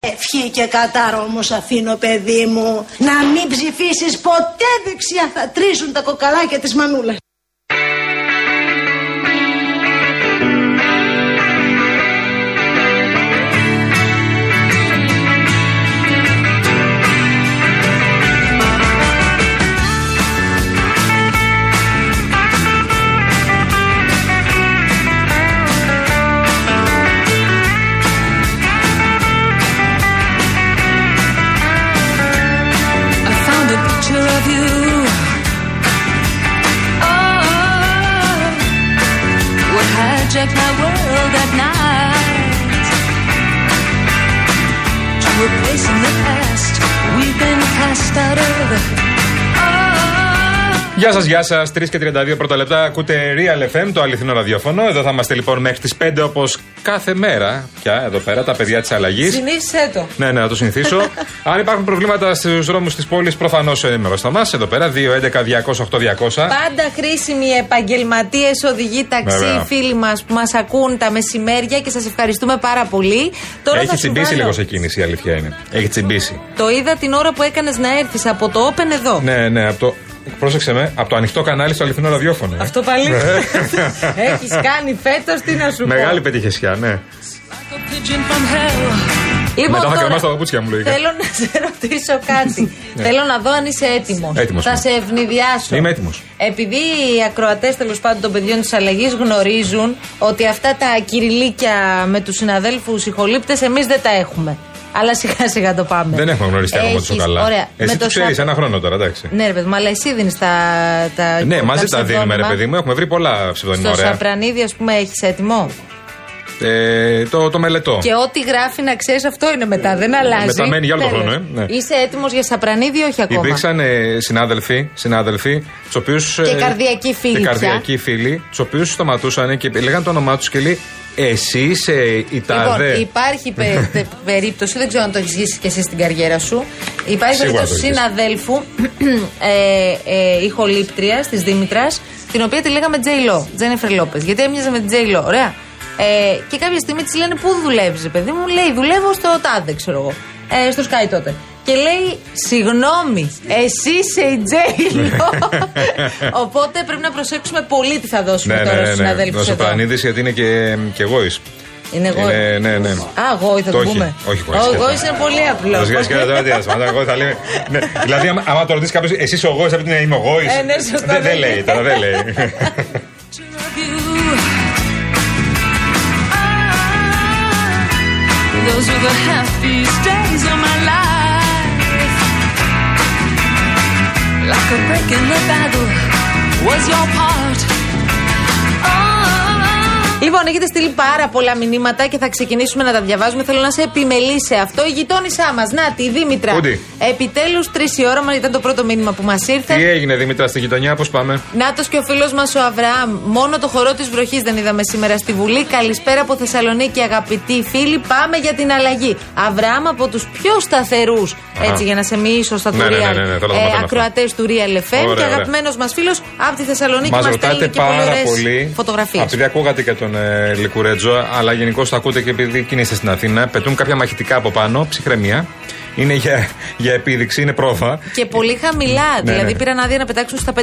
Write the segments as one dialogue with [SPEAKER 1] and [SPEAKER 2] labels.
[SPEAKER 1] Ευχή και κατάρο μου σ' αφήνω παιδί μου Να μην ψηφίσεις ποτέ δεξιά Θα τρίσουν τα κοκαλάκια της μανούλας
[SPEAKER 2] I found a picture of you. Oh, what hijacked my world that night? To a place in the past we've been cast out of. Oh.
[SPEAKER 3] Γεια σας, γεια σας. 3 και 32 πρώτα λεπτά. Ακούτε Real FM, το αληθινό ραδιόφωνο. Εδώ θα είμαστε λοιπόν μέχρι τις 5 όπως κάθε μέρα. Πια εδώ πέρα, τα παιδιά της αλλαγής.
[SPEAKER 4] Συνήθισε το.
[SPEAKER 3] Ναι, ναι, να το συνηθίσω. Αν υπάρχουν προβλήματα στους δρόμους της πόλης, προφανώς ενημερώ στα μας. Εδώ πέρα, 2-11-200-8-200.
[SPEAKER 4] Πάντα χρήσιμοι επαγγελματίε, οδηγοί ταξί,
[SPEAKER 3] Βέβαια.
[SPEAKER 4] φίλοι μας που μας ακούν τα μεσημέρια και σας ευχαριστούμε πάρα πολύ. Τώρα θα
[SPEAKER 3] Έχει
[SPEAKER 4] σου
[SPEAKER 3] τσιμπήσει
[SPEAKER 4] βάλω-
[SPEAKER 3] λίγο σε κίνηση, η αλήθεια είναι. Έχει τσιμπήσει.
[SPEAKER 4] Το είδα την ώρα που έκανες να έρθεις από το Open εδώ.
[SPEAKER 3] Ναι, ναι, από το. Πρόσεξε με, από το ανοιχτό κανάλι στο αληθινό ραδιόφωνο. ε.
[SPEAKER 4] Αυτό πάλι.
[SPEAKER 3] Ναι.
[SPEAKER 4] Έχεις κάνει φέτος, τι να σου πω.
[SPEAKER 3] Μεγάλη πετυχεσιά, ναι.
[SPEAKER 2] Like a pigeon from hell.
[SPEAKER 4] Λοιπόν,
[SPEAKER 3] Μετά θα
[SPEAKER 4] τώρα
[SPEAKER 3] κρεμάς τα παπούτσια μου, λογικά. Ναι.
[SPEAKER 4] Θέλω να σε ρωτήσω κάτι. Θέλω να δω αν είσαι έτοιμος.
[SPEAKER 3] Έτοιμος
[SPEAKER 4] Θα
[SPEAKER 3] είμαι.
[SPEAKER 4] σε ευνηδιάσω.
[SPEAKER 3] Είμαι έτοιμος.
[SPEAKER 4] Επειδή οι ακροατές τέλος πάντων των παιδιών της αλλαγής γνωρίζουν ότι αυτά τα κυριλίκια με τους συναδέλφους ηχολήπτε εμείς δεν τα έχουμε. Αλλά σιγά σιγά το πάμε.
[SPEAKER 3] Δεν έχουμε γνωριστεί ακόμα τόσο
[SPEAKER 4] Έχεις-
[SPEAKER 3] καλά.
[SPEAKER 4] Ωραία.
[SPEAKER 3] Εσύ το ξέρει
[SPEAKER 4] Σάβα-
[SPEAKER 3] ένα χρόνο τώρα, εντάξει.
[SPEAKER 4] Ναι, ρε παιδί μου, αλλά εσύ δίνεις τα, Ε, τα.
[SPEAKER 3] Ναι, μαζί τα δίνουμε, ρε
[SPEAKER 4] ψευδόνυμα.
[SPEAKER 3] παιδί μου. Έχουμε βρει πολλά ψευδονύμα.
[SPEAKER 4] Στο
[SPEAKER 3] Ωραία.
[SPEAKER 4] Σαπρανίδι, ας πούμε, έχεις έτοιμο.
[SPEAKER 3] Ε, το, το μελετώ.
[SPEAKER 4] Και ό,τι γράφει να ξέρεις, αυτό είναι μετά. Δεν αλλάζει.
[SPEAKER 3] μεταμένει Ε, για άλλο το
[SPEAKER 4] Τέλος.
[SPEAKER 3] χρόνο, ε, ναι.
[SPEAKER 4] Είσαι έτοιμος για σαπρανίδι, όχι ακόμα.
[SPEAKER 3] Υπήρξαν ε, συνάδελφοι, συνάδελφοι τους οποίους.
[SPEAKER 4] Και καρδιακοί φίλοι
[SPEAKER 3] Και
[SPEAKER 4] πια.
[SPEAKER 3] καρδιακοί φίλοι, τους οποίους σταματούσαν και λέγανε το όνομά τους και λέει Εσύ είσαι η
[SPEAKER 4] Λοιπόν,
[SPEAKER 3] τάδε.
[SPEAKER 4] υπάρχει πε- τε- περίπτωση, δεν ξέρω αν το έχεις ζήσει και εσύ στην καριέρα σου. Υπάρχει
[SPEAKER 3] Σίγουρα
[SPEAKER 4] περίπτωση
[SPEAKER 3] το έχεις.
[SPEAKER 4] συναδέλφου ε, ε, ηχολήπτρια της Δήμητρας, την οποία τη λέγαμε Τζέιλο, Τζένεφερ Λόπες. Γιατί έμοιαζε με Τζέιλο, ωραία. Ε, και κάποια στιγμή της λένε Πού δουλεύεις, παιδί μου, λέει Δουλεύω στο τάδε, ξέρω εγώ. Ε, στο Sky τότε. Και λέει, συγγνώμη, εσύ είσαι η Τζέιλο.
[SPEAKER 3] Ναι.
[SPEAKER 4] Οπότε πρέπει να προσέξουμε πολύ τι θα δώσουμε τώρα στους συναδέλφους
[SPEAKER 3] Ο
[SPEAKER 4] εδώ.
[SPEAKER 3] Σοπρανίδη, γιατί είναι και, και γόης.
[SPEAKER 4] Είναι εγώ.
[SPEAKER 3] Είναι- ναι, ναι.
[SPEAKER 4] Α, εγώ θα
[SPEAKER 3] Το
[SPEAKER 4] το
[SPEAKER 3] όχι.
[SPEAKER 4] πούμε.
[SPEAKER 3] Όχι,
[SPEAKER 4] Ο
[SPEAKER 3] χωρίς
[SPEAKER 4] εγώ
[SPEAKER 3] σκέφτα.
[SPEAKER 4] είναι πολύ απλό.
[SPEAKER 3] Το σιγά σιγά τώρα τι θα σημαίνει. Εγώ θα λέμε- ναι. Δηλαδή, άμα- άμα το ρωτήσεις κάποιος, εσύ είσαι ο γόη, θα πει ναι, είμαι ο γόη.
[SPEAKER 4] Ε, ναι, σωστά,
[SPEAKER 3] Δεν
[SPEAKER 4] δεν
[SPEAKER 3] λέει
[SPEAKER 4] λέει.
[SPEAKER 3] τώρα, δεν λέει.
[SPEAKER 2] Picture of you. Ah, Those were the happiest days of my life. Like a break in the battle was your part. Ah,
[SPEAKER 4] Λοιπόν, έχετε στείλει πάρα πολλά μηνύματα και θα ξεκινήσουμε να τα διαβάζουμε. Θέλω να σε επιμελεί σε αυτό. Η γειτόνισά μας, να τη η Δήμητρα.
[SPEAKER 3] Ούντι.
[SPEAKER 4] Επιτέλους, τρεις η ώρα μα ήταν το πρώτο μήνυμα που μας ήρθε.
[SPEAKER 3] Τι έγινε, Δημητρά, στη γειτονιά, πώς πάμε.
[SPEAKER 4] Νάτος και ο φίλος μας ο Αβραάμ. Μόνο το χορό της βροχής δεν είδαμε σήμερα στη Βουλή. Καλησπέρα από Θεσσαλονίκη, αγαπητοί φίλοι. Πάμε για την αλλαγή. Αβραάμ από τους πιο σταθερούς. Έτσι, για να σε μοιήσω στα
[SPEAKER 3] Ναι,
[SPEAKER 4] του
[SPEAKER 3] ναι, ναι,
[SPEAKER 4] Real.
[SPEAKER 3] ναι, ναι, θέλω να το μαθαίνω
[SPEAKER 4] Ακροατές του Real FM.
[SPEAKER 3] Ωραία,
[SPEAKER 4] και
[SPEAKER 3] ωραία.
[SPEAKER 4] αγαπημένος μας φίλος από τη Θεσσαλονίκη
[SPEAKER 3] Μας
[SPEAKER 4] μας
[SPEAKER 3] ρωτάτε
[SPEAKER 4] στέλνει και πολύ
[SPEAKER 3] πάρα
[SPEAKER 4] ωραίες
[SPEAKER 3] πολύ.
[SPEAKER 4] φωτογραφίες.
[SPEAKER 3] Επειδή ακούγατε και τον ε, Λικουρέτζο, αλλά γενικώς το ακούτε και επειδή κινείστε στην Αθήνα, πετούν κάποια μαχητικά από πάνω, ψυχραιμία. Είναι για, για επίδειξη, είναι πρόβα.
[SPEAKER 4] Και πολύ χαμηλά.
[SPEAKER 3] Ναι,
[SPEAKER 4] δηλαδή
[SPEAKER 3] ναι.
[SPEAKER 4] πήραν άδεια να πετάξουν στα 5.000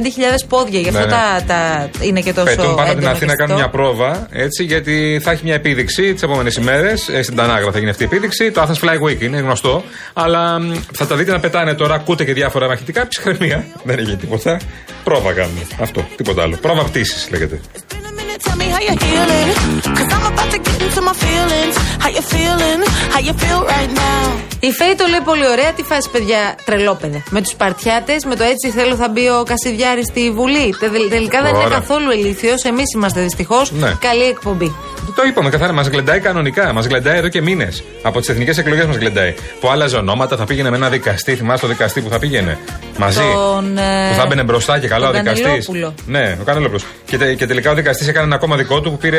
[SPEAKER 4] πόδια. Γι' αυτό
[SPEAKER 3] Ναι, ναι.
[SPEAKER 4] Τα, τα, είναι και τόσο.
[SPEAKER 3] Πετούν πάνω από την
[SPEAKER 4] έντονο
[SPEAKER 3] Αθήνα,
[SPEAKER 4] και
[SPEAKER 3] κάνουν μια
[SPEAKER 4] αυτό.
[SPEAKER 3] πρόβα, έτσι, γιατί θα έχει μια επίδειξη τις επόμενες ημέρες. Ε, Στην Τανάγρα θα γίνει αυτή η επίδειξη. Το Athens Fly Week είναι γνωστό. Αλλά μ, θα τα δείτε να πετάνε τώρα, ακούτε και διάφορα μαχητικά. Ψυχραιμία. Δεν έγινε τίποτα. Πρόβα κάνουμε. Αυτό, τίποτα άλλο. Πρόβα πτήσης λέγεται.
[SPEAKER 2] it's been a minute, Tell me how you're healing. Cause I'm about to get into my feelings. How you feeling? How you feel right now?
[SPEAKER 4] Η Φέη το λέει πολύ ωραία. Τι φάση, παιδιά, τρελόπαιδε. Με τους παρτιάτες, με το έτσι θέλω θα μπει ο Κασιδιάρης στη Βουλή. Τε- τε- Τελικά δεν είναι
[SPEAKER 3] Ωραία.
[SPEAKER 4] καθόλου ηλίθιος. Εμείς είμαστε δυστυχώς.
[SPEAKER 3] Ναι.
[SPEAKER 4] Καλή εκπομπή.
[SPEAKER 3] Το είπαμε καθαρά, μας γλεντάει κανονικά. Μας γλεντάει εδώ και μήνες. Από τις εθνικές εκλογές μας γλεντάει. Που άλλαζε ονόματα, θα πήγαινε με ένα δικαστή. Θυμάσαι το δικαστή που θα πήγαινε μαζί.
[SPEAKER 4] Τον, ε,
[SPEAKER 3] Που θα μπαινε μπροστά και καλά
[SPEAKER 4] τον
[SPEAKER 3] ο δικαστή.
[SPEAKER 4] Κανελόπουλο.
[SPEAKER 3] Ναι, ο Κανελόπουλος. Και, τε- και τελικά ο δικαστής έκανε ένα ακόμα δικό του που πήρε.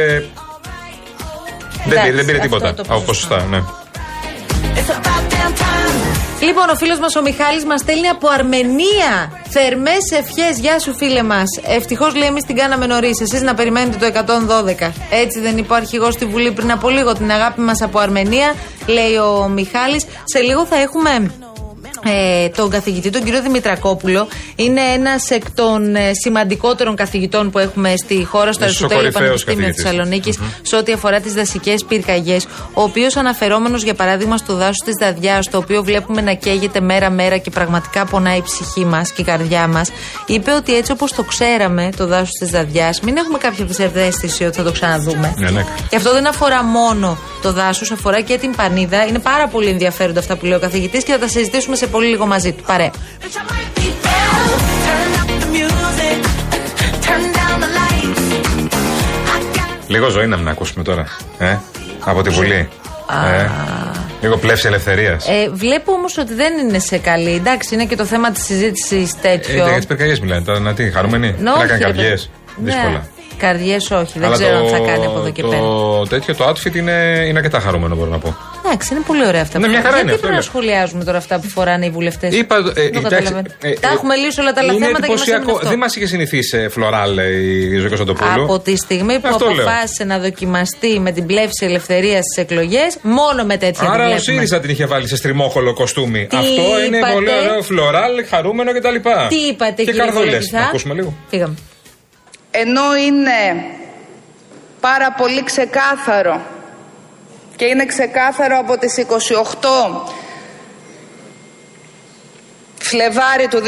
[SPEAKER 3] Δεν
[SPEAKER 4] Εντάξει,
[SPEAKER 3] πήρε, δεν πήρε
[SPEAKER 4] αυτό
[SPEAKER 3] τίποτα
[SPEAKER 4] το
[SPEAKER 3] από
[SPEAKER 4] ποσοστό.
[SPEAKER 3] ποσοστά. Ναι.
[SPEAKER 2] It's about damn time.
[SPEAKER 4] Λοιπόν, ο φίλος μας ο Μιχάλης μας στέλνει από Αρμενία. Θερμές ευχές, γεια σου φίλε μας. Ευτυχώς λέει εμείς την κάναμε νωρίς. Εσείς να περιμένετε το 112. Έτσι δεν είπε ο αρχηγό στη Βουλή πριν από λίγο. Την αγάπη μας από Αρμενία, λέει ο Μιχάλης Σε λίγο θα έχουμε ε, τον καθηγητή, τον κύριο Δημητρακόπουλο. Είναι ένας εκ των ε, σημαντικότερων καθηγητών που έχουμε στη χώρα, στο
[SPEAKER 3] Ίσως ο
[SPEAKER 4] Αριστοτέλειο
[SPEAKER 3] κορυφαίος
[SPEAKER 4] Πανεπιστήμιο
[SPEAKER 3] καθηγητής.
[SPEAKER 4] Θεσσαλονίκης, σε ό,τι αφορά τις δασικές πυρκαγιές. Ο οποίος αναφερόμενος, για παράδειγμα, στο δάσος της Δαδιά, το οποίο βλέπουμε να καίγεται μέρα-μέρα και πραγματικά πονάει η ψυχή μας και η καρδιά μας, είπε ότι έτσι όπως το ξέραμε το δάσος της Δαδιά, μην έχουμε κάποια ψευδέστηση ότι θα το ξαναδούμε.
[SPEAKER 3] Ναι, ναι.
[SPEAKER 4] Και αυτό δεν αφορά μόνο το δάσος, αφορά και την πανίδα. Είναι πάρα πολύ ενδιαφέροντα αυτά που λέει ο καθηγητής και θα τα συζητήσουμε σε πολύ λίγο μαζί του. Παρέ.
[SPEAKER 2] Bitch, I might be down. Turn up the music. Turn down the lights. I got
[SPEAKER 3] Λίγο ζωή να μην ακούσουμε τώρα. Ε? Από τη Βουλή. Ε? Λίγο πλεύση ελευθερίας.
[SPEAKER 4] Ε, βλέπω όμως ότι δεν είναι σε καλή. Εντάξει, είναι και το θέμα της συζήτησης
[SPEAKER 3] Ε,
[SPEAKER 4] τέτοιο.
[SPEAKER 3] για τις πυρκαγιές μιλάνε τώρα. Να τι, χαρούμενοι. Τι
[SPEAKER 4] Ναι,
[SPEAKER 3] Να
[SPEAKER 4] όχι,
[SPEAKER 3] κάνει
[SPEAKER 4] ρε
[SPEAKER 3] καρδιές.
[SPEAKER 4] παιδί. Ναι.
[SPEAKER 3] Δύσκολα.
[SPEAKER 4] Καρδιές όχι, δεν ξέρω αν θα κάνει από εδώ και
[SPEAKER 3] το
[SPEAKER 4] πέρα.
[SPEAKER 3] τέτοιο, το outfit είναι, είναι αρκετά χαρούμενο, μπορώ να πω.
[SPEAKER 4] Εντάξει, είναι πολύ ωραία αυτά.
[SPEAKER 3] Ναι,
[SPEAKER 4] που
[SPEAKER 3] μια χαρά
[SPEAKER 4] φοράνε.
[SPEAKER 3] είναι,
[SPEAKER 4] Γιατί
[SPEAKER 3] αυτό
[SPEAKER 4] πρέπει να
[SPEAKER 3] λέω.
[SPEAKER 4] σχολιάζουμε τώρα αυτά που φοράνε οι βουλευτές.
[SPEAKER 3] Είπα, ε, εντάξει, ε, ε,
[SPEAKER 4] τα έχουμε λύσει όλα τα άλλα
[SPEAKER 3] είναι
[SPEAKER 4] θέματα και μας
[SPEAKER 3] εντυπωσιακό.
[SPEAKER 4] έμεινε αυτό.
[SPEAKER 3] Δεν μας είχε συνηθίσει σε φλωράλ ε, η Ζωή Κωνσταντοπούλου.
[SPEAKER 4] Από τη στιγμή που
[SPEAKER 3] Αυτό λέω.
[SPEAKER 4] αποφάσισε να δοκιμαστεί με την πλεύση ελευθερίας στις εκλογές, μόνο με τέτοια
[SPEAKER 3] Άρα
[SPEAKER 4] τη
[SPEAKER 3] ο
[SPEAKER 4] βλέπουμε.
[SPEAKER 3] ΣΥΡΙΖΑ την είχε βάλει σε στριμόχολο κοστούμι.
[SPEAKER 4] Τι
[SPEAKER 3] Αυτό είναι
[SPEAKER 4] είπατε?
[SPEAKER 3] πολύ ωραίο φλωράλ, χαρούμενο κτλ.
[SPEAKER 4] Τι είπατε,
[SPEAKER 3] και
[SPEAKER 4] κύριε
[SPEAKER 3] καρδούλες.
[SPEAKER 4] Βουλευτά?
[SPEAKER 3] Να ακούσουμε λίγο.
[SPEAKER 4] Φύγαμε.
[SPEAKER 5] ενώ είναι πάρα πολύ ξεκάθαρο και είναι ξεκάθαρο από τις 28 Φλεβάρι του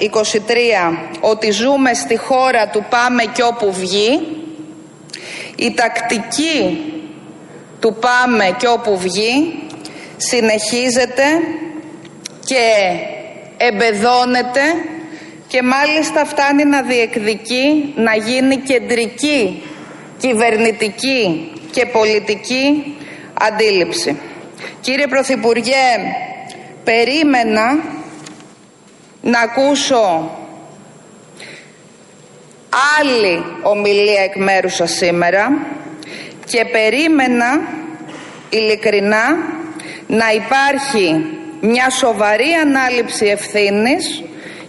[SPEAKER 5] 2023 ότι ζούμε στη χώρα του πάμε και όπου βγει η τακτική του πάμε και όπου βγει συνεχίζεται και εμπεδώνεται και μάλιστα φτάνει να διεκδικεί να γίνει κεντρική κυβερνητική και πολιτική αντίληψη. Κύριε Πρωθυπουργέ, περίμενα να ακούσω άλλη ομιλία εκ μέρους σας σήμερα και περίμενα ειλικρινά να υπάρχει μια σοβαρή ανάληψη ευθύνης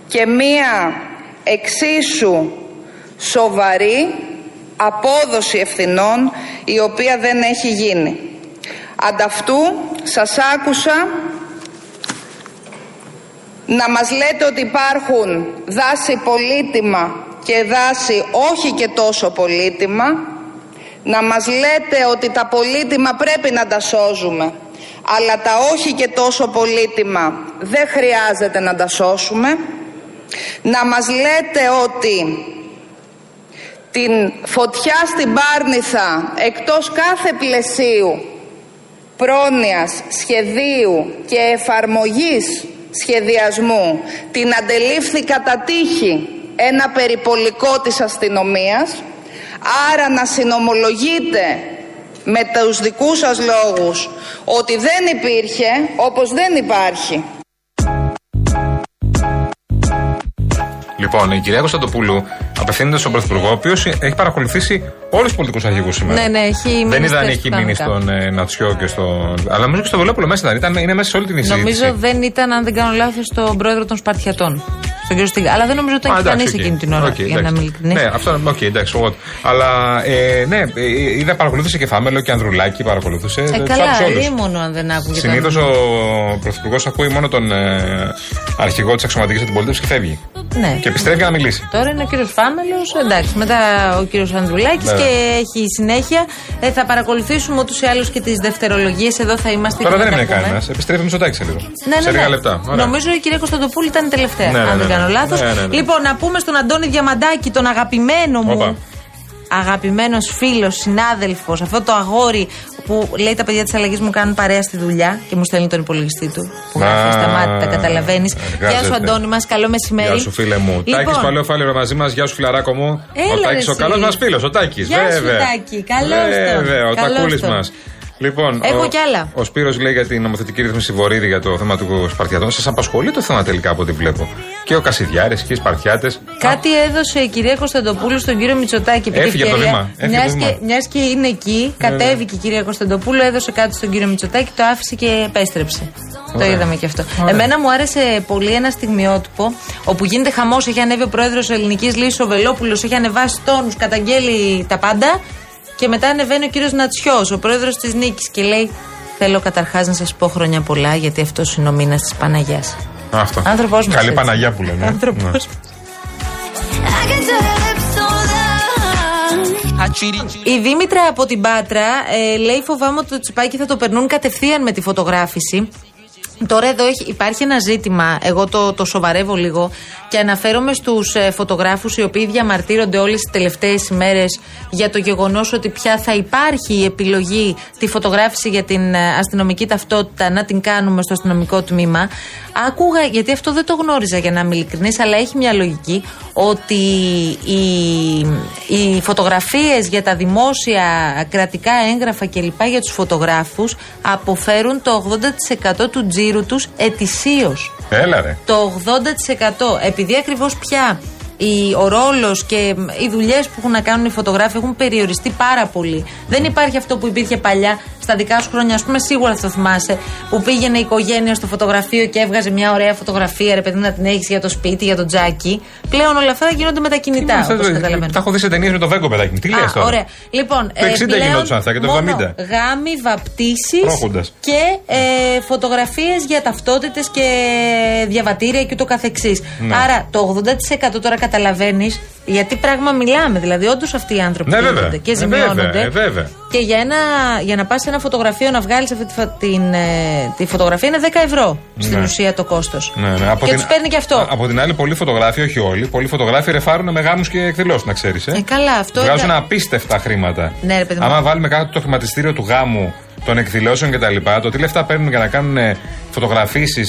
[SPEAKER 5] και μια εξίσου σοβαρή απόδοση ευθυνών η οποία δεν έχει γίνει. Ανταυτού σας άκουσα να μας λέτε ότι υπάρχουν δάση πολύτιμα και δάση όχι και τόσο πολύτιμα, να μας λέτε ότι τα πολύτιμα πρέπει να τα σώζουμε, αλλά τα όχι και τόσο πολύτιμα δεν χρειάζεται να τα σώσουμε, να μας λέτε ότι την φωτιά στην Πάρνηθα εκτός κάθε πλαισίου πρόνοιας, σχεδίου και εφαρμογής σχεδιασμού την αντελήφθη κατά τύχη ένα περιπολικό της αστυνομίας άρα να συνομολογείτε με τους δικούς σας λόγους ότι δεν υπήρχε όπως δεν υπάρχει
[SPEAKER 3] Λοιπόν, η κυρία Κωνσταντοπούλου απευθύνεται στον Πρωθυπουργό, ο οποίος έχει παρακολουθήσει όλους τους πολιτικούς αρχηγούς σήμερα.
[SPEAKER 4] Ναι, ναι, έχει μείνει
[SPEAKER 3] Δεν είδα αν
[SPEAKER 4] στέρεο
[SPEAKER 3] έχει
[SPEAKER 4] κανονικά.
[SPEAKER 3] μείνει στον ε, Νατσιό και στον. Αλλά νομίζω και στο Βελόπουλο μέσα ήταν. ήταν- Είναι μέσα σε όλη την συζήτηση.
[SPEAKER 4] Νομίζω δεν ήταν, αν δεν κάνω λάθος, τον πρόεδρο των Σπαρτιατών. Στον κύριο Στίγκα. Αλλά δεν νομίζω ότι
[SPEAKER 3] Α,
[SPEAKER 4] ήταν κανείς
[SPEAKER 3] εντάξει, οκ.
[SPEAKER 4] εκείνη την ώρα.
[SPEAKER 3] Οκ,
[SPEAKER 4] για να
[SPEAKER 3] εντάξει.
[SPEAKER 4] είμαι ειλικρινής.
[SPEAKER 3] Ναι, αυτό οκ, εντάξει, εγώ. Αλλά ε, ναι, ε, είδα παρακολούθησε και Φάμελο και Ανδρουλάκη παρακολουθούσε.
[SPEAKER 4] Ε,
[SPEAKER 3] τους άκουσε
[SPEAKER 4] καλά,
[SPEAKER 3] όλους.
[SPEAKER 4] ρίμωνο αν δεν άκουγε. τον-
[SPEAKER 3] Συνήθως ο Πρωθυπουργός ακούει μόνο τον ε, αρχηγό της αξιωματικής αντιπολίτευσης και φεύγει.
[SPEAKER 4] Ναι.
[SPEAKER 3] Και επιστρέφει να μιλήσει.
[SPEAKER 4] Τώρα είναι ο κύριος Φάμελος, εντάξει, μετά ο κύριος Ανδρουλάκης
[SPEAKER 3] Ναι.
[SPEAKER 4] και έχει συνέχεια. Ε, θα παρακολουθήσουμε ούτως ή άλλως και τις δευτερολογίες. Εδώ θα είμαστε
[SPEAKER 3] Τώρα
[SPEAKER 4] και
[SPEAKER 3] δεν
[SPEAKER 4] θα τα
[SPEAKER 3] έμεινε
[SPEAKER 4] πούμε.
[SPEAKER 3] κανένας. Επιστρέφει με σε λίγο.
[SPEAKER 4] Ναι, ναι,
[SPEAKER 3] σε λίγα
[SPEAKER 4] ναι.
[SPEAKER 3] λεπτά. Ωραία.
[SPEAKER 4] Νομίζω η κυρία Κωνσταντοπούλη ήταν η τελευταία,
[SPEAKER 3] Ναι, ναι,
[SPEAKER 4] αν
[SPEAKER 3] ναι,
[SPEAKER 4] δεν
[SPEAKER 3] ναι.
[SPEAKER 4] κάνω λάθο.
[SPEAKER 3] Ναι, ναι, ναι.
[SPEAKER 4] Λοιπόν, να πούμε στον Αντώνη Διαμαντάκη, τον αγαπημένο μου.
[SPEAKER 3] Όπα.
[SPEAKER 4] Αγαπημένος φίλος, συνάδελφος, αυτό το αγόρι που λέει τα παιδιά της αλλαγής μου κάνουν παρέα στη δουλειά και μου στέλνει τον υπολογιστή του.
[SPEAKER 3] Α,
[SPEAKER 4] Που γράφει στα μάτια, τα καταλαβαίνεις. Γεια σου,
[SPEAKER 3] εργάζεται.
[SPEAKER 4] Αντώνη μας, καλό μεσημέρι.
[SPEAKER 3] Γεια σου, φίλε μου.
[SPEAKER 4] Λοιπόν,
[SPEAKER 3] Τάκης Παλαιοφάλιρο μαζί μας. Γεια σου, φιλαράκο μου.
[SPEAKER 4] Έλα,
[SPEAKER 3] ο
[SPEAKER 4] ρε
[SPEAKER 3] Τάκης, ο
[SPEAKER 4] εσύ.
[SPEAKER 3] καλό μας φίλος. Ο Τάκης,
[SPEAKER 4] Γεια σου,
[SPEAKER 3] βέβαια.
[SPEAKER 4] Τάκη. Καλώς τον.
[SPEAKER 3] Βέβαια, ο
[SPEAKER 4] Καλώς
[SPEAKER 3] Τακούλης
[SPEAKER 4] τον.
[SPEAKER 3] μας. Λοιπόν,
[SPEAKER 4] Έχω
[SPEAKER 3] ο,
[SPEAKER 4] κι άλλα.
[SPEAKER 3] Ο Σπύρος λέει για την νομοθετική ρύθμιση Βορύδη για το θέμα του Σπαρτιατών. Σας απασχολεί το θέμα τελικά από ό,τι βλέπω. Και ο Κασιδιάρης και οι Σπαρτιάτες.
[SPEAKER 4] Κάτι έδωσε η κυρία Κωνσταντοπούλου στον κύριο Μητσοτάκη. επί τη
[SPEAKER 3] Έφυγε από το
[SPEAKER 4] ευκαιρία.
[SPEAKER 3] βήμα. Έφυγε
[SPEAKER 4] Μιας
[SPEAKER 3] από το Ναι,
[SPEAKER 4] και-
[SPEAKER 3] βήμα.
[SPEAKER 4] Μιας και είναι εκεί, κατέβηκε η κυρία Κωνσταντοπούλου, έδωσε κάτι στον κύριο Μητσοτάκη, το άφησε και επέστρεψε.
[SPEAKER 3] Ωραία.
[SPEAKER 4] Το είδαμε και αυτό.
[SPEAKER 3] Ωραία.
[SPEAKER 4] Εμένα μου άρεσε πολύ ένα στιγμιότυπο όπου γίνεται χαμός. Έχει ανέβει ο πρόεδρος Ελληνική Λύση, ο Βελόπουλο, έχει ανεβάσει τόνους, καταγγέλει τα πάντα. Και μετά ανεβαίνει ο κύριος Νατσιός, ο πρόεδρος της Νίκης, και λέει: Θέλω καταρχάς να σας πω χρόνια πολλά, γιατί αυτός είναι ο μήνας της Παναγιάς.
[SPEAKER 3] Αυτό.
[SPEAKER 4] Άνθρωπος μας,
[SPEAKER 3] Καλή
[SPEAKER 4] έτσι.
[SPEAKER 3] Παναγιά που λένε. ε.
[SPEAKER 4] Άνθρωπος
[SPEAKER 3] Ναι.
[SPEAKER 4] μας.
[SPEAKER 2] I got your hips so long.
[SPEAKER 6] I treated you.
[SPEAKER 4] Η Δήμητρα από την Πάτρα ε, λέει: Φοβάμαι ότι το τσιπάκι θα το περνούν κατευθείαν με τη φωτογράφηση. Τώρα εδώ έχει, υπάρχει ένα ζήτημα, εγώ το, το σοβαρεύω λίγο και αναφέρομαι στους ε, φωτογράφους οι οποίοι διαμαρτύρονται όλες τις τελευταίες ημέρες για το γεγονός ότι πια θα υπάρχει η επιλογή τη φωτογράφηση για την ε, αστυνομική ταυτότητα να την κάνουμε στο αστυνομικό τμήμα. Άκουγα, γιατί αυτό δεν το γνώριζα για να είμαι ειλικρινής, αλλά έχει μια λογική ότι οι, οι φωτογραφίες για τα δημόσια κρατικά έγγραφα κλπ. για τους φωτογράφους αποφέρουν το 80% του τζίρου τους ετησίως.
[SPEAKER 3] Ναι. Έλα ρε.
[SPEAKER 4] Το 80% επειδή ακριβώς πια η, ο ρόλος και μ, οι δουλειές που έχουν να κάνουν οι φωτογράφοι έχουν περιοριστεί πάρα πολύ. Δεν υπάρχει αυτό που υπήρχε παλιά στα δικά σου χρόνια, ας πούμε σίγουρα θα το θυμάσαι, που πήγαινε η οικογένεια στο φωτογραφείο και έβγαζε μια ωραία φωτογραφία, ρε παιδί να την έχεις για το σπίτι, για το τζάκι. Πλέον όλα αυτά γίνονται με τα κινητά,
[SPEAKER 3] Είμαστε-
[SPEAKER 4] όπως καταλαβαίνω.
[SPEAKER 3] Τα έχω δει σε ταινίες με τον Βέγκο παιδάκι. μου. Τι λες
[SPEAKER 4] Α,
[SPEAKER 3] τώρα.
[SPEAKER 4] Ωραία. Λοιπόν,
[SPEAKER 3] Το 60 γινόντουσαν αυτά και το
[SPEAKER 4] μόνο
[SPEAKER 3] 70.
[SPEAKER 4] Γάμοι, βαπτίσεις
[SPEAKER 3] Τρώχοντας.
[SPEAKER 4] και ε, φωτογραφίες για ταυτότητες και διαβατήρια και ούτω καθεξής.
[SPEAKER 3] Ναι.
[SPEAKER 4] Άρα το 80% τώρα καταλαβαίνεις γιατί πράγμα μιλάμε. Δηλαδή, όντως αυτοί οι άνθρωποι
[SPEAKER 3] Ναι,
[SPEAKER 4] πλήττονται
[SPEAKER 3] βέβαια.
[SPEAKER 4] και
[SPEAKER 3] Ε, βέβαια,
[SPEAKER 4] ζημιώνονται.
[SPEAKER 3] ε, βέβαια.
[SPEAKER 4] Και για, ένα, για να πας σε ένα φωτογραφείο να βγάλεις αυτή τη, φα- την, ε, τη φωτογραφία είναι 10 ευρώ στην
[SPEAKER 3] Ναι.
[SPEAKER 4] ουσία το κόστος.
[SPEAKER 3] Ναι, ναι.
[SPEAKER 4] Και τους παίρνει και αυτό.
[SPEAKER 3] α- Από την άλλη, πολλοί φωτογράφοι, όχι όλοι, πολλοί φωτογράφοι ρεφάρουν με γάμου και εκδηλώσεις, να ξέρεις.
[SPEAKER 4] Ε, καλά, αυτό
[SPEAKER 3] Βγάζουν
[SPEAKER 4] ήταν-
[SPEAKER 3] απίστευτα χρήματα.
[SPEAKER 4] Ναι, ρε παιδί μου.
[SPEAKER 3] Άμα βάλουμε κάτω το χρηματιστήριο του γάμου, των εκδηλώσεων κτλ., το τι λεφτά παίρνουν για να κάνουν φωτογραφίσει,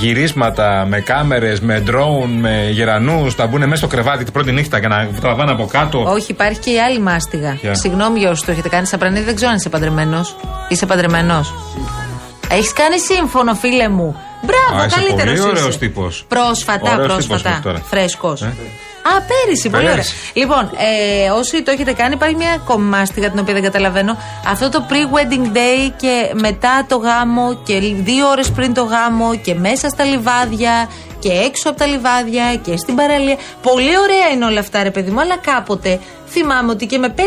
[SPEAKER 3] γυρίσματα με κάμερες, με drone, με γερανούς, να μπουν μέσα στο κρεβάτι την πρώτη νύχτα και να τραβάνε από κάτω.
[SPEAKER 4] Όχι, υπάρχει και η άλλη μάστιγα.
[SPEAKER 3] Ποια?
[SPEAKER 4] Συγγνώμη για όσου το έχετε κάνει σαπρανίδι, δεν ξέρω αν είσαι παντρεμένος. Είσαι παντρεμένος. Έχεις κάνει σύμφωνο, φίλε μου.
[SPEAKER 3] Α,
[SPEAKER 4] Μπράβο,
[SPEAKER 3] είσαι
[SPEAKER 4] καλύτερος
[SPEAKER 3] πολύ
[SPEAKER 4] είσαι.
[SPEAKER 3] ωραίος τύπος.
[SPEAKER 4] Πρόσφατα,
[SPEAKER 3] Ωραίος τύπος
[SPEAKER 4] πρόσφατα.
[SPEAKER 3] μέχρι τώρα.
[SPEAKER 4] Φρέσκος.
[SPEAKER 3] Ε.
[SPEAKER 4] Α, πέρυσι, πολύ ωραία.
[SPEAKER 3] Πέρυσι.
[SPEAKER 4] Λοιπόν, ε, όσοι το έχετε κάνει, υπάρχει μια ακόμη μάστιγα την οποία δεν καταλαβαίνω. Αυτό το pre-wedding day και μετά το γάμο και δύο ώρες πριν το γάμο και μέσα στα λιβάδια και έξω από τα λιβάδια και στην παραλία. Πολύ ωραία είναι όλα αυτά, ρε παιδί μου, αλλά κάποτε θυμάμαι ότι και με 5, 6,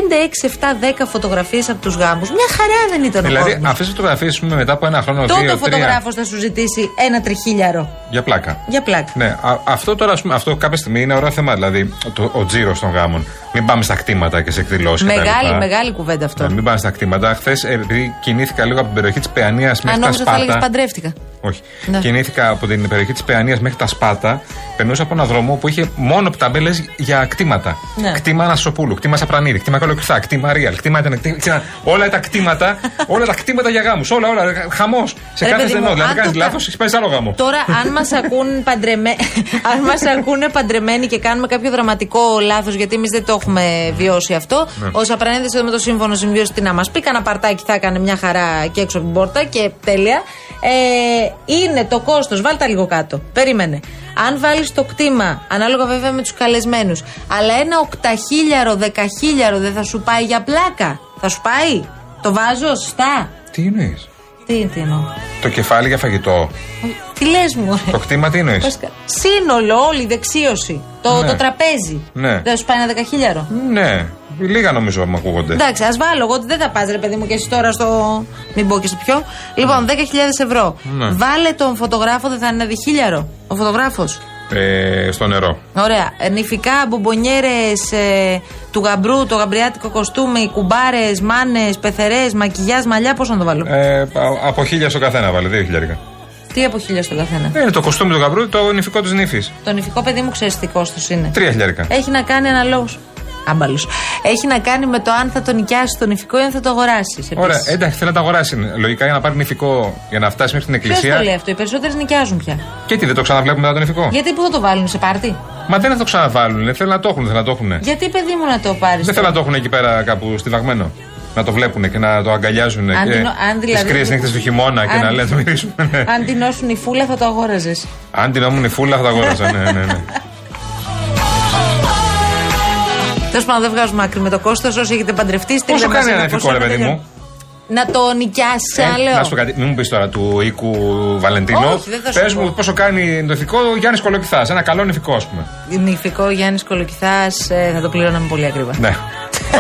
[SPEAKER 4] 7, 10 φωτογραφίες από τους γάμους, μια χαρά δεν ήταν ο
[SPEAKER 3] Δηλαδή,
[SPEAKER 4] κόσμος.
[SPEAKER 3] αυτές τις φωτογραφίες μετά από ένα χρόνο,
[SPEAKER 4] Τότε
[SPEAKER 3] δύο, τρία.
[SPEAKER 4] ο φωτογράφος θα σου ζητήσει ένα τριχίλιαρο.
[SPEAKER 3] Για πλάκα.
[SPEAKER 4] Για πλάκα.
[SPEAKER 3] Ναι, α- αυτό τώρα, ας πούμε, αυτό κάποια στιγμή είναι ωραίο θέμα. Δηλαδή, το, ο τζίρος των γάμων. Μην πάμε στα κτήματα και σε εκδηλώσεις.
[SPEAKER 4] Μεγάλη, μεγάλη κουβέντα αυτό.
[SPEAKER 3] Ναι, μην πάμε στα κτήματα. Χθες, επειδή κινήθηκα λίγο από την περιοχή της Παιανίας
[SPEAKER 4] Αν
[SPEAKER 3] μέχρι τα
[SPEAKER 4] νόμιζα θα έλεγες
[SPEAKER 3] Σπάτα.
[SPEAKER 4] παντρεύτηκα.
[SPEAKER 3] Όχι.
[SPEAKER 4] Ναι.
[SPEAKER 3] Κινήθηκα από την περιοχή της Παιανίας μέχρι τα Σπάτα. Περνούσα από ένα δρόμο που είχε μόνο ταμπέλε για κτήματα.
[SPEAKER 4] Ναι.
[SPEAKER 3] Κτήμα Ανασοπούλου, κτήμα Σαπρανίδη, κτήμα Καλοκυθά, κτήμα Ρίαλ, κτήμα. ήταν- κτήμα- κτήμα- Όλα τα κτήματα, όλα τα κτήματα για γάμους. Όλα, όλα. Χαμός. Σε
[SPEAKER 4] Ρε,
[SPEAKER 3] κάθε
[SPEAKER 4] παιδί μου,
[SPEAKER 3] στενό.
[SPEAKER 4] αν
[SPEAKER 3] Δηλαδή, κάνεις
[SPEAKER 4] το
[SPEAKER 3] λάθο,
[SPEAKER 4] κα-
[SPEAKER 3] έχεις πάει σε άλλο γάμο.
[SPEAKER 4] Τώρα, αν μας ακούν παντρεμέ... αν μας ακούνε παντρεμένοι και κάνουμε κάποιο δραματικό λάθος, γιατί εμείς δεν το έχουμε βιώσει αυτό, ο Σαπρανίδης εδώ με το σύμφωνο συμβίωση τι να μας πει, κανένα παρτάκι θα έκανε μια χαρά και έξω από την πόρτα και τέλεια. Ε, είναι το κόστος, βάλτε τα λίγο κάτω. Περίμενε. Αν βάλεις το κτήμα, ανάλογα βέβαια με τους καλεσμένους, αλλά ένα οκταχίλιαρο, δεκαχίλιαρο δεν θα σου πάει για πλάκα. Θα σου πάει. Το βάζω σωστά.
[SPEAKER 3] Τι εννοείς.
[SPEAKER 4] Τι, τι εννοώ.
[SPEAKER 3] Το κεφάλι για φαγητό.
[SPEAKER 4] Τι λες μου, ρε.
[SPEAKER 3] Το κτήμα τι εννοείς.
[SPEAKER 4] Βασικά, Σύνολο όλη η δεξίωση. Το,
[SPEAKER 3] Ναι.
[SPEAKER 4] το τραπέζι.
[SPEAKER 3] Ναι.
[SPEAKER 4] Δεν σου πάει ένα δεκαχίλιαρο.
[SPEAKER 3] Ναι, λίγα νομίζω μου ακούγονται.
[SPEAKER 4] Εντάξει, ας βάλω εγώ ότι δεν θα πας, ρε παιδί μου, και εσύ τώρα στο. Μην πω και στο πιο. Λοιπόν, 10.000 ευρώ.
[SPEAKER 3] Ναι.
[SPEAKER 4] Βάλε τον φωτογράφο, δεν θα είναι διχίλιαρο. Ο φωτογράφος.
[SPEAKER 3] Ε, στο νερό.
[SPEAKER 4] Ωραία. Ε, Νηφικά, μπομπονιέρε του γαμπρού, το γαμπριάτικο κοστούμι, κουμπάρες, μάνες, πεθερές, μακιγιάς, μαλλιά. Πώ να το βάλω.
[SPEAKER 3] Ε, α- από χίλια στο καθένα βάλε, δύο χιλιάρικα.
[SPEAKER 4] Τι από χίλια στον καθένα.
[SPEAKER 3] Ε, είναι το κοστούμι του γαμπρού, το νηφικό της νύφης.
[SPEAKER 4] Το νηφικό παιδί μου ξέρεις τι κόστος είναι.
[SPEAKER 3] Τρία χιλιάρικα.
[SPEAKER 4] Έχει να κάνει αναλόγως. Άμπαλος. Έχει να κάνει με το αν θα τον νοικιάσει τον ηφικό ή αν θα το αγοράσει.
[SPEAKER 3] Ωραία, εντάξει, θέλει να τα αγοράσει. Λογικά για να πάρει νηφικό για να φτάσει μέχρι την
[SPEAKER 4] Ποιος το λέει
[SPEAKER 3] εκκλησία.
[SPEAKER 4] αυτό, οι περισσότεροι νοικιάζουν πια.
[SPEAKER 3] Και τι, δεν το ξαναβλέπουμε μετά το νηφικό.
[SPEAKER 4] Γιατί πού θα το βάλουν σε πάρτι.
[SPEAKER 3] Μα δεν θα το ξαναβάλουν, θέλουν να το έχουν, θέλουν να το έχουν.
[SPEAKER 4] Γιατί παιδί μου να το πάρεις.
[SPEAKER 3] Δεν θέλουν να το έχουν εκεί πέρα κάπου στιβαγμένο. να το βλέπουν και να το αγκαλιάζουν
[SPEAKER 4] Αν
[SPEAKER 3] και
[SPEAKER 4] την-
[SPEAKER 3] τις
[SPEAKER 4] αν δηλαδή-
[SPEAKER 3] κρύες νύχτες του χειμώνα και
[SPEAKER 4] αν-
[SPEAKER 3] να λένε να μυρίσουν. ναι.
[SPEAKER 4] Αν την όσουν η φούλα θα το αγόραζες.
[SPEAKER 3] Αν την όμουν η φούλα θα τα αγόραζα, ναι, ναι, ναι.
[SPEAKER 4] Τέλος πάντων, δεν βγάζουμε άκρη με το κόστος. Όσοι έχετε παντρευτεί, στείλτε
[SPEAKER 3] Πόσο
[SPEAKER 4] μας
[SPEAKER 3] κάνει ένα
[SPEAKER 4] πόσο
[SPEAKER 3] ηθικό, ρε
[SPEAKER 4] να
[SPEAKER 3] παιδί
[SPEAKER 4] τελειώνει.
[SPEAKER 3] μου.
[SPEAKER 4] Να το νοικιάσει,
[SPEAKER 3] Ε,
[SPEAKER 4] λέω.
[SPEAKER 3] να σου πω κάτι, μην μου πεις τώρα του οίκου Βαλεντίνο.
[SPEAKER 4] Όχι, δεν θα σου
[SPEAKER 3] Πες
[SPEAKER 4] πω.
[SPEAKER 3] μου πόσο κάνει το ηθικό ο Γιάννης Κολοκυθάς. Ένα καλό νηφικό, ας πούμε.
[SPEAKER 4] Νηφικό Γιάννης Κολοκυθάς ε, θα το πληρώναμε πολύ ακριβά.
[SPEAKER 3] Ναι.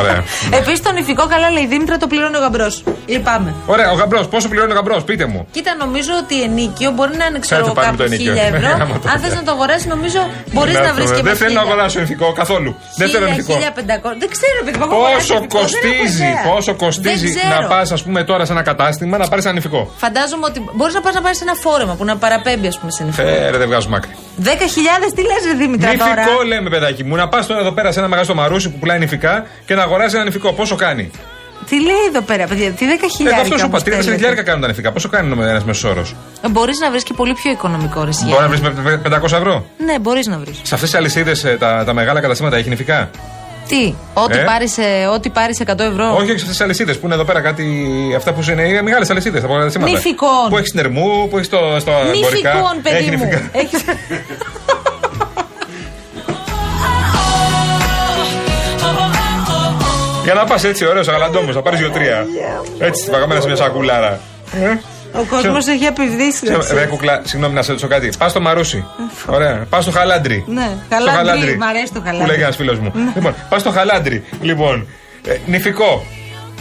[SPEAKER 3] Ωραία.
[SPEAKER 4] Επίσης το νηφικό, καλά λέει η Δήμητρα, το πληρώνει ο γαμπρός. Λυπάμαι.
[SPEAKER 3] Ωραία, ο γαμπρός, πόσο πληρώνει ο γαμπρός, πείτε μου.
[SPEAKER 4] Κοίτα, νομίζω ότι ενίκιο μπορεί να είναι
[SPEAKER 3] Ξέρω,
[SPEAKER 4] ξέρω
[SPEAKER 3] το πάρουμε το
[SPEAKER 4] κάπου 1000
[SPEAKER 3] ενίκιο. Ναι,
[SPEAKER 4] ευρώ.
[SPEAKER 3] Άμα το
[SPEAKER 4] Αν
[SPEAKER 3] πιάσει.
[SPEAKER 4] θες να το αγοράσεις, νομίζω μπορείς
[SPEAKER 3] Ναι,
[SPEAKER 4] να βρεις και
[SPEAKER 3] Δεν θέλω να
[SPEAKER 4] χίλια.
[SPEAKER 3] αγοράσω ηθικό καθόλου. Δεν θέλω
[SPEAKER 4] Χίλια,
[SPEAKER 3] ηθικό.
[SPEAKER 4] 1500. Δεν ξέρω, παιδί μου. έχω αγοράσει
[SPEAKER 3] Πόσο
[SPEAKER 4] νηφικό, δεν έχω
[SPEAKER 3] κοστίζει,
[SPEAKER 4] ιδέα.
[SPEAKER 3] πόσο κοστίζει
[SPEAKER 4] Δεν ξέρω.
[SPEAKER 3] να πας, ας πούμε, τώρα σε ένα κατάστημα να πάρεις ένα νηφικό.
[SPEAKER 4] Φαντάζομαι ότι μπορείς να πας να πάρεις ένα φόρεμα που να παραπέμπει, ας πούμε, σε νηφικό.
[SPEAKER 3] Ε, ρε, δεν βγάζουμε άκρη.
[SPEAKER 4] 10.000 τι λες, Δήμητρα τώρα.
[SPEAKER 3] Νηφικό λέμε, παιδάκι μου. Να πας τώρα εδώ πέρα σε ένα μαγαζί στο Μαρούσι που πουλάει νηφικά και να αγοράζει ένα νηφικό. Πόσο κάνει.
[SPEAKER 4] Τι λέει εδώ πέρα, παιδιά, τι 10.000.
[SPEAKER 3] Εδώ αυτό σου είπα, 30 χιλιάρικα κάνουν τα νηφικά. Πόσο κάνει ένας μέσος όρος.
[SPEAKER 4] Μπορείς να βρεις και πολύ πιο οικονομικό ρε
[SPEAKER 3] Μπορεί να
[SPEAKER 4] Σιγιάννη.
[SPEAKER 3] βρει 500 ευρώ.
[SPEAKER 4] Ναι, μπορείς να βρεις.
[SPEAKER 3] Σε αυτές τις αλυσίδες ε, τα, τα μεγάλα καταστήματα έχει νηφικά.
[SPEAKER 4] Τι, ό,τι
[SPEAKER 3] Ε?
[SPEAKER 4] πάρεις, ε, ό,τι πάρεις 100 ευρώ.
[SPEAKER 3] Όχι, όχι σε αυτές τις αλυσίδες που είναι εδώ πέρα κάτι. Αυτά που είναι οι μεγάλες αλυσίδες. Τα καταστήματα.
[SPEAKER 4] Νηφικών.
[SPEAKER 3] Που έχεις νερμού, που έχεις στο, στο εμπορικά.
[SPEAKER 4] Νηφικών, παιδί
[SPEAKER 3] Έχει
[SPEAKER 4] μου. Ε.
[SPEAKER 3] νηφικά.
[SPEAKER 4] Έχεις-
[SPEAKER 3] Για να πας έτσι, ωραίος, αγαλαντόμος, να πάρεις δύο-τρία. Έτσι, παγαμένα σε μια σακουλάρα. Ε,
[SPEAKER 4] Ο κόσμος έχει απευδίσει. να
[SPEAKER 3] Ρε
[SPEAKER 4] ξέρεις.
[SPEAKER 3] κουκλά, συγγνώμη να σε ρωτήσω κάτι. Πας στο Μαρούσι. Ωραία. Πας στο Χαλάντρι.
[SPEAKER 4] Ναι,
[SPEAKER 3] Στο
[SPEAKER 4] Χαλάντρι, μ' αρέσει το Χαλάντρι. Ναι.
[SPEAKER 3] Που λέγει ένας φίλος μου. λοιπόν, πας στο Χαλάντρι. Λοιπόν, ε, νηφικό.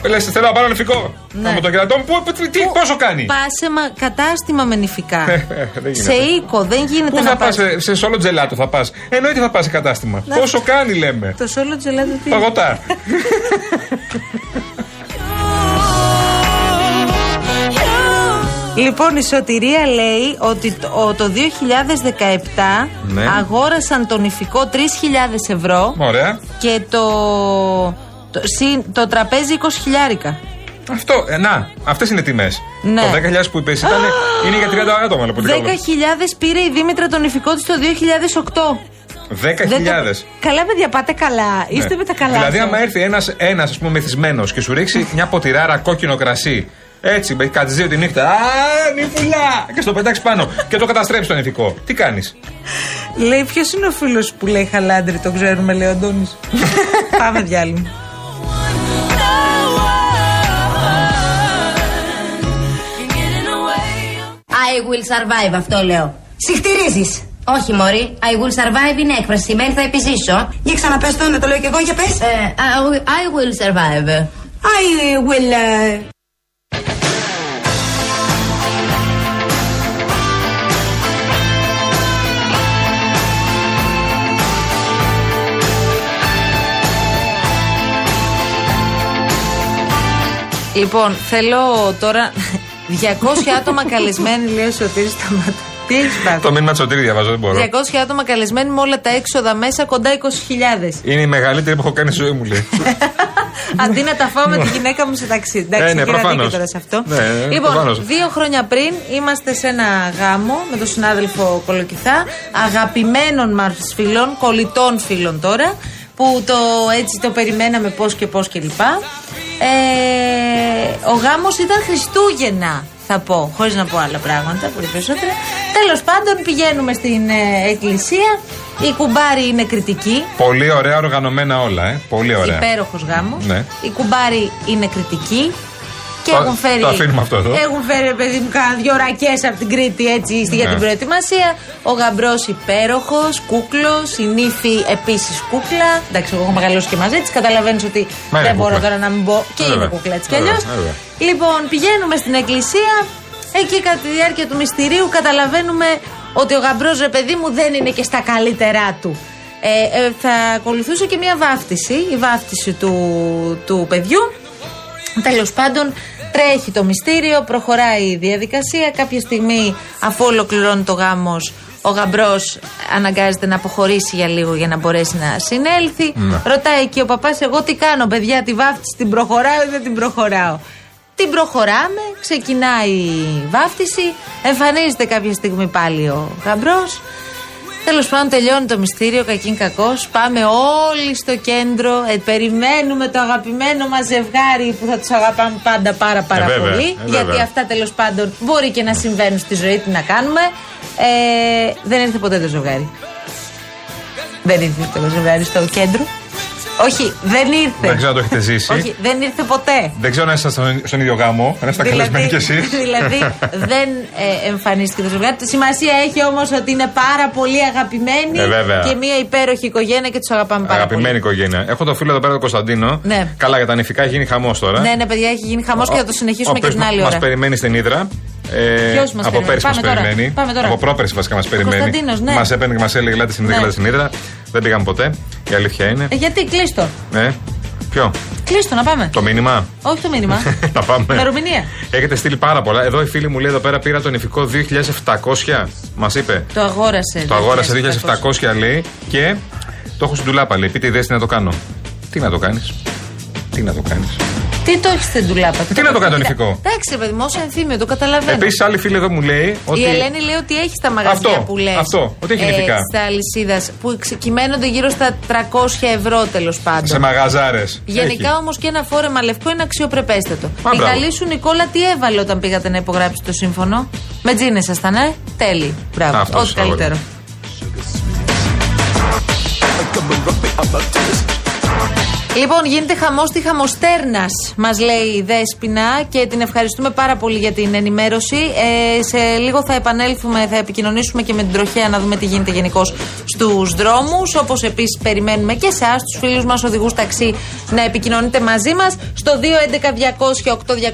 [SPEAKER 3] Λες, θέλω να πάρω νηφικό.
[SPEAKER 4] Ναι.
[SPEAKER 3] Από το κερατό μου, που- που- τι, πόσο κάνει.
[SPEAKER 4] Πας σε μα- κατάστημα με νηφικά.
[SPEAKER 3] Ε, Δεν
[SPEAKER 4] σε
[SPEAKER 3] γίνεται.
[SPEAKER 4] οίκο, δεν γίνεται
[SPEAKER 3] Πού
[SPEAKER 4] να
[SPEAKER 3] θα πας,
[SPEAKER 4] πας
[SPEAKER 3] σε σόλο τζελάτο θα πας. Εννοείται θα πας σε κατάστημα.
[SPEAKER 4] Να-
[SPEAKER 3] Πόσο κάνει, λέμε.
[SPEAKER 4] Το σόλο τζελάτο τι. είναι.
[SPEAKER 3] Παγωτά.
[SPEAKER 4] Λοιπόν, η σωτηρία λέει ότι το, το 2017
[SPEAKER 3] Ναι.
[SPEAKER 4] αγόρασαν το νηφικό 3.000 ευρώ
[SPEAKER 3] Ωραία.
[SPEAKER 4] και το, το, συν- το τραπέζι 20 χιλιάρικα.
[SPEAKER 3] Αυτό, ε, να, αυτές είναι τιμές.
[SPEAKER 4] Ναι.
[SPEAKER 3] Το 10.000 που είπες ήταν είναι για 30 άτομα, λοιπόν.
[SPEAKER 4] 10.000 πήρε η Δήμητρα το νηφικό της το 2008.
[SPEAKER 3] 10.000.
[SPEAKER 4] Δεν το- Καλά, παιδιά, πάτε καλά. Είστε με τα καλά.
[SPEAKER 3] Ε, Δηλαδή,
[SPEAKER 4] σας.
[SPEAKER 3] άμα έρθει ένας ένας, ας πούμε, μεθυσμένος και σου ρίξει μια ποτηράρα κόκκινο κρασί. Έτσι, με κάτι δύο τη νύχτα. Α, νυφουλά! Και στο πετάξεις πάνω και το καταστρέψεις το νηφικό. Τι κάνεις.
[SPEAKER 4] Λέει, ποιος είναι ο φίλος που λέει χαλάντρι, το ξέρουμε, λέει ο Αντώνης. Πάμε διάλειμμα.
[SPEAKER 6] I will survive, αυτό λέω.
[SPEAKER 7] Συχτηρίζει.
[SPEAKER 6] Όχι, Μωρή. I will survive είναι έκφραση. Σημαίνει θα επιζήσω.
[SPEAKER 7] Για ξαναπες το, να το λέω κι εγώ, για πες.
[SPEAKER 6] Ε, I will- I will survive.
[SPEAKER 7] I will... ε,
[SPEAKER 4] Λοιπόν, θέλω τώρα 200 άτομα καλεσμένοι, λέει ο Σωτήρης στα μάτια. Τι έχεις πάθει.
[SPEAKER 3] Ε, Το μήνυμα τσοτήρι διαβάζω, δεν μπορώ.
[SPEAKER 4] 200 άτομα καλεσμένοι με όλα τα έξοδα μέσα κοντά 20.000.
[SPEAKER 3] Είναι η μεγαλύτερη που έχω κάνει στη ζωή μου, λέει.
[SPEAKER 4] Αντί να τα φάω με τη γυναίκα μου σε ταξί. Εντάξει,
[SPEAKER 3] Ε, ναι,
[SPEAKER 4] έχει ένα
[SPEAKER 3] προφανώς.
[SPEAKER 4] δίκιο τώρα σε αυτό.
[SPEAKER 3] Ναι, ναι,
[SPEAKER 4] λοιπόν,
[SPEAKER 3] προφανώς.
[SPEAKER 4] δύο χρόνια πριν είμαστε σε ένα γάμο με τον συνάδελφο Κολοκυθά, αγαπημένων μας φίλων, κολλητών φίλων τώρα, που το έτσι το περιμέναμε πώς και πώς και λοιπά. Ε, ο γάμος ήταν Χριστούγεννα θα πω, χωρίς να πω άλλα πράγματα, πολύ περισσότερα. Τέλος πάντων πηγαίνουμε στην ε, εκκλησία, η κουμπάρη είναι κριτική,
[SPEAKER 3] Πολύ ωραία οργανωμένα όλα, ε. Πολύ ωραία.
[SPEAKER 4] Υπέροχος γάμος.
[SPEAKER 3] Ναι.
[SPEAKER 4] Η κουμπάρη είναι κριτική. Και
[SPEAKER 3] Το-
[SPEAKER 4] έχουν φέρει.
[SPEAKER 3] το αφήνουμε αυτό εδώ.
[SPEAKER 4] Έχουν φέρει, ρε παιδί μου, κάνα δυο ρακέ από την Κρήτη έτσι στη- για
[SPEAKER 3] Ναι.
[SPEAKER 4] την προετοιμασία. Ο γαμπρός υπέροχος, κούκλος. Η νύφη επίσης κούκλα. Εντάξει, εγώ έχω μεγαλώσει και μαζί της. Καταλαβαίνεις ότι
[SPEAKER 3] Μα είναι
[SPEAKER 4] δεν μπορώ
[SPEAKER 3] κούκλα.
[SPEAKER 4] τώρα να μην πω. Και
[SPEAKER 3] Βέβαια.
[SPEAKER 4] είναι κούκλα έτσι κι
[SPEAKER 3] Βέβαια,
[SPEAKER 4] αλλιώς.
[SPEAKER 3] βέβαια.
[SPEAKER 4] Λοιπόν, πηγαίνουμε στην εκκλησία. Εκεί κατά τη διάρκεια του μυστηρίου καταλαβαίνουμε ότι ο γαμπρός ρε παιδί μου δεν είναι και στα καλύτερά του. Ε, ε, θα ακολουθούσε και μια βάφτιση, η βάφτιση του, του παιδιού. Τέλος πάντων, τρέχει το μυστήριο, προχωράει η διαδικασία. Κάποια στιγμή, αφού ολοκληρώνει το γάμος, ο γαμπρός αναγκάζεται να αποχωρήσει για λίγο για να μπορέσει να συνέλθει. Ρωτάει εκεί ο παπάς, εγώ τι κάνω, παιδιά, τη βάφτιση την προχωράω ή δεν την προχωράω. Την προχωράμε, ξεκινάει η βάφτιση, εμφανίζεται κάποια στιγμή πάλι ο γαμπρός. Τέλος πάντων, τελειώνει το μυστήριο, κακήν κακός. Πάμε όλοι στο κέντρο. Ε, περιμένουμε το αγαπημένο μας ζευγάρι που θα τους αγαπάμε πάντα πάρα πάρα
[SPEAKER 3] Ε, βέβαια.
[SPEAKER 4] πολύ.
[SPEAKER 3] Ε,
[SPEAKER 4] γιατί
[SPEAKER 3] βέβαια.
[SPEAKER 4] αυτά τέλος πάντων μπορεί και να συμβαίνουν στη ζωή, τι να κάνουμε. Ε, δεν ήρθε ποτέ το ζευγάρι. Δεν ήρθε το ζευγάρι στο κέντρο. Όχι, δεν ήρθε.
[SPEAKER 3] Δεν ξέρω αν το έχετε ζήσει.
[SPEAKER 4] Όχι, δεν ήρθε ποτέ.
[SPEAKER 3] Δεν ξέρω αν ήσασταν στον- στον ίδιο γάμο, αν ήσασταν καλεσμένοι κι εσείς.
[SPEAKER 4] δηλαδή δεν ε, εμφανίστηκε το ζευγάρι. Τη σημασία έχει όμως ότι είναι πάρα πολύ αγαπημένοι
[SPEAKER 3] Ε, βέβαια.
[SPEAKER 4] και μια υπέροχη οικογένεια και τους αγαπάμε πάρα
[SPEAKER 3] Αγαπημένη οικογένεια. Έχω το φίλο εδώ πέρα τον Κωνσταντίνο.
[SPEAKER 4] Ναι.
[SPEAKER 3] Καλά, για τα νηφικά έχει γίνει χαμός τώρα.
[SPEAKER 4] πολύ. Ναι, ναι, παιδιά, έχει γίνει χαμός και θα το συνεχίσουμε και την άλλη
[SPEAKER 3] Μας
[SPEAKER 4] ώρα.
[SPEAKER 3] περιμένει στην Ήδρα. Ε,
[SPEAKER 4] Ποιος μας
[SPEAKER 3] από
[SPEAKER 4] περιμένει?
[SPEAKER 3] πέρσι μας
[SPEAKER 4] Πάμε τώρα.
[SPEAKER 3] περιμένει.
[SPEAKER 4] Πάμε τώρα.
[SPEAKER 3] Από πρόπερσι βασικά μας περιμένει.
[SPEAKER 4] Κωνσταντίνος, ναι.
[SPEAKER 3] Μας έπαιρνε και μας έλεγε ελάτε στην Ήδρα,
[SPEAKER 4] Ναι.
[SPEAKER 3] ελάτε στην Ήδρα. Δεν πήγαμε ποτέ. Η αλήθεια είναι.
[SPEAKER 4] Ε, γιατί κλείστο.
[SPEAKER 3] Ε, ποιο,
[SPEAKER 4] Κλείστο, να πάμε.
[SPEAKER 3] το μήνυμα.
[SPEAKER 4] Όχι το μήνυμα.
[SPEAKER 3] να πάμε.
[SPEAKER 4] Ημερομηνία.
[SPEAKER 3] Έχετε στείλει πάρα πολλά. Εδώ η φίλη μου λέει εδώ πέρα πήρα το νηφικό 2700. Μας είπε.
[SPEAKER 4] Το αγόρασε.
[SPEAKER 3] Το αγόρασε 2700 λέει και το έχω στην τουλάπα λέει. Πείτε ιδέε τι να το κάνω. Τι να το κάνεις. Τι να το κάνεις.
[SPEAKER 4] Τι το έχεις στην τουλάπα.
[SPEAKER 3] Τι να το κάνει το
[SPEAKER 4] Κοίτα,
[SPEAKER 3] νηφικό?
[SPEAKER 4] Εντάξει, ρε παιδί μου, όσο ενθύμιο, το καταλαβαίνω.
[SPEAKER 3] Επίσης, άλλη φίλη εδώ μου λέει ότι.
[SPEAKER 4] Ναι, Η Ελένη λέει ότι έχει στα μαγαζιά
[SPEAKER 3] Αυτό,
[SPEAKER 4] που λες.
[SPEAKER 3] αυτό, ότι έχει νηφικά.
[SPEAKER 4] Στα αλυσίδας που ξεκυμαίνονται γύρω στα 300 ευρώ τέλος πάντων.
[SPEAKER 3] Σε μαγαζάρες.
[SPEAKER 4] Γενικά όμως και ένα φόρεμα λευκό είναι αξιοπρεπέστατο.
[SPEAKER 3] Α,
[SPEAKER 4] Η
[SPEAKER 3] μπράβο.
[SPEAKER 4] καλή σου Νικόλα τι έβαλε όταν πήγατε να υπογράψετε το σύμφωνο. Με τζίνες ήσασταν, ε. Τέλει. Μπράβο.
[SPEAKER 3] Αυτός
[SPEAKER 4] Ό,τι
[SPEAKER 3] είναι
[SPEAKER 4] καλύτερο.
[SPEAKER 3] αγόρι.
[SPEAKER 4] Λοιπόν, γίνεται χαμός τη χαμοστέρνας, μας λέει η Δέσπινα και την ευχαριστούμε πάρα πολύ για την ενημέρωση. Ε, σε λίγο θα επανέλθουμε, θα επικοινωνήσουμε και με την τροχέα να δούμε τι γίνεται γενικώς στους δρόμους. Όπως επίσης περιμένουμε και εσάς, τους φίλους μας οδηγούς ταξί, να επικοινωνείτε μαζί μας. Στο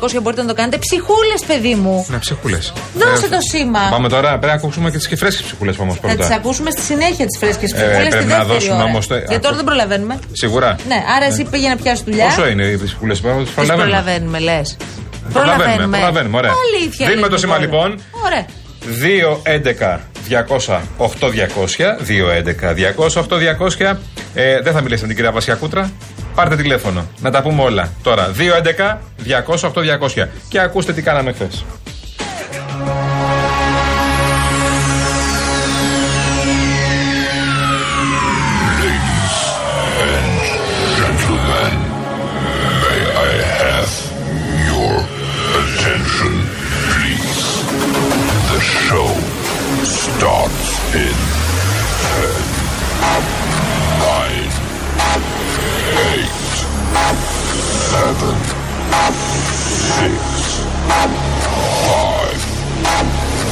[SPEAKER 4] 211-200-8200 μπορείτε να το κάνετε. Ψυχούλες, παιδί μου.
[SPEAKER 3] Να ψυχούλες.
[SPEAKER 4] Δώσε το σήμα.
[SPEAKER 3] Ε, Πάμε τώρα, πρέπει να ακούσουμε και τις και φρέσκες ψυχούλες όμω
[SPEAKER 4] Θα τις
[SPEAKER 3] πρώτα.
[SPEAKER 4] ακούσουμε στη συνέχεια τις φρέσκες
[SPEAKER 3] Ε,
[SPEAKER 4] ψυχούλε.
[SPEAKER 3] πρέπει
[SPEAKER 4] στη
[SPEAKER 3] να
[SPEAKER 4] δεύτερη
[SPEAKER 3] δώσουμε
[SPEAKER 4] ώρα.
[SPEAKER 3] όμως το-
[SPEAKER 4] Γιατί τώρα
[SPEAKER 3] ακού-
[SPEAKER 4] δεν προλαβαίνουμε.
[SPEAKER 3] Σιγουρά.
[SPEAKER 4] Ναι, άρα εσύ πήγε να πιάσεις δουλειά.
[SPEAKER 3] Πόσο είναι οι ψυχούλες πάνω, τι
[SPEAKER 4] Τις
[SPEAKER 3] προλαβαίνουμε.
[SPEAKER 4] προλαβαίνουμε, λες.
[SPEAKER 3] Προλαβαίνουμε, προλαβαίνουμε, ωραία.
[SPEAKER 4] Αλήθεια.
[SPEAKER 3] Δίνουμε
[SPEAKER 4] λέει,
[SPEAKER 3] το σήμα,
[SPEAKER 4] Νικόλα.
[SPEAKER 3] λοιπόν.
[SPEAKER 4] Ωραία.
[SPEAKER 3] 2-11-200-8-200. 2-11-200-8-200. Ε, δεν θα μιλήσετε με την κυρία Βασιά Κούτρα. Πάρτε τηλέφωνο. Να τα πούμε όλα. Τώρα. 2-11-200-8-200. Και ακούστε τι κάναμε χθες.
[SPEAKER 8] Your attention, please. The show starts in 10, 9, 8, 7, 6, 5,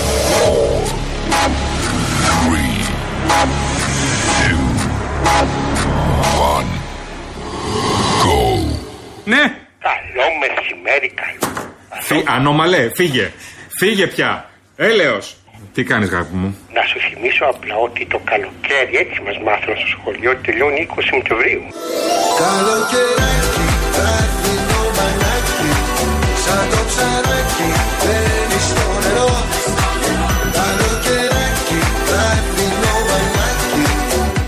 [SPEAKER 8] 4, 3, 2, 1. Go.
[SPEAKER 3] Ναι.
[SPEAKER 9] Καλό μεσημέρι, καλό.
[SPEAKER 3] Φύ, ανώμαλε, φύγε. Φύγε πια. Έλεος. Τι κάνεις γάπη μου.
[SPEAKER 9] Να σου θυμίσω απλά ότι το καλοκαίρι έτσι μας μάθανε στο σχολείο ότι τελειώνει 20 Σεπτεμβρίου.
[SPEAKER 10] Ναι,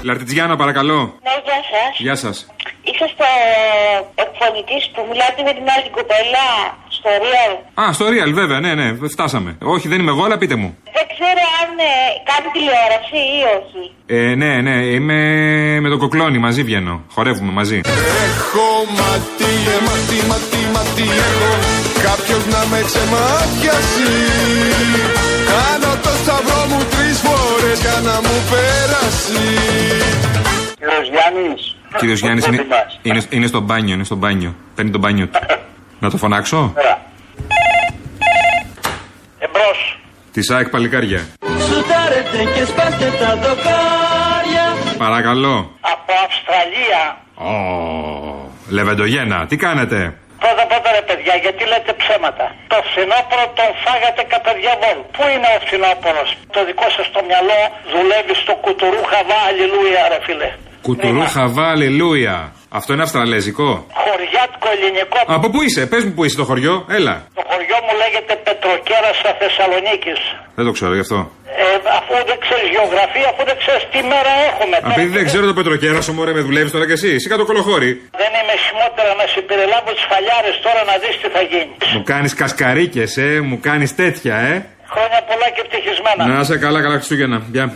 [SPEAKER 3] Λαρτιτζιάνα παρακαλώ.
[SPEAKER 10] Ναι, γεια σας.
[SPEAKER 3] Γεια σας.
[SPEAKER 10] Είσαστε εκφωνητή ε, που μιλάτε με την άλλη την κοπέλα στο Real.
[SPEAKER 3] Α, στο Real βέβαια, ναι, ναι, φτάσαμε. Όχι, δεν είμαι εγώ, αλλά πείτε μου.
[SPEAKER 10] Δεν ξέρω αν ε, κάνει τηλεόραση ή όχι.
[SPEAKER 3] Ε, ναι, ναι, είμαι με τον κοκλόνι, μαζί βγαίνω. Χορεύουμε μαζί.
[SPEAKER 8] Έχω ε, ματί, ματί, ματί, ματί Έχω κάποιος να με ξεμάτιασει Κάνω το σταυρό μου τρεις φορές για να μου πέρασει
[SPEAKER 9] Κύριος Γιάννης.
[SPEAKER 3] Κύριος Γιάννης είναι, είναι, είναι στο μπάνιο, είναι στο μπάνιο. Παίρνει το μπάνιο του. Να το φωνάξω.
[SPEAKER 9] Εμπρός.
[SPEAKER 3] Τη ΣΑΕΚ Παλικάρια. Παρακαλώ.
[SPEAKER 9] Από Αυστραλία.
[SPEAKER 3] Ω, Λεβεντογένα, τι κάνετε.
[SPEAKER 9] Πρώτα πρώτα ρε παιδιά, γιατί λέτε ψέματα. Το φθινόπωρο τον φάγατε κατά διαβόλου. Πού είναι ο φθινόπωρος. Το δικό σας το μυαλό δουλεύει στο κουτουρού χαβά, αλληλούια ρε φίλε.
[SPEAKER 3] Κουτουρού
[SPEAKER 9] Μήμα.
[SPEAKER 3] χαβά, αλληλούια. Αυτό είναι αυστραλέζικο.
[SPEAKER 9] Χωριάτικο ελληνικό.
[SPEAKER 3] Από πού είσαι, πες μου που είσαι το χωριό, έλα.
[SPEAKER 9] Το χωριό μου λέγεται Πετροκέρας στα Θεσσαλονίκης.
[SPEAKER 3] Δεν το ξέρω γι' αυτό.
[SPEAKER 9] Ε, αφού δεν ξέρεις γεωγραφία, αφού δεν ξέρεις τι μέρα έχουμε.
[SPEAKER 3] Απειδή δεν ξέρω το πετροκέρας σου, μωρέ, με δουλεύεις τώρα κι εσύ. Εσύ κάτω κολοχώρη.
[SPEAKER 9] Δεν είμαι χειμώτερα να συμπεριλάβω τις φαλιάρες τώρα να δεις τι θα γίνει.
[SPEAKER 3] Μου κάνεις κασκαρίκες, ε, μου κάνεις τέτοια, ε.
[SPEAKER 9] Χρόνια πολλά και ευτυχισμένα.
[SPEAKER 3] Ναι, Να είσαι καλά, καλά Χριστούγεννα. Γεια.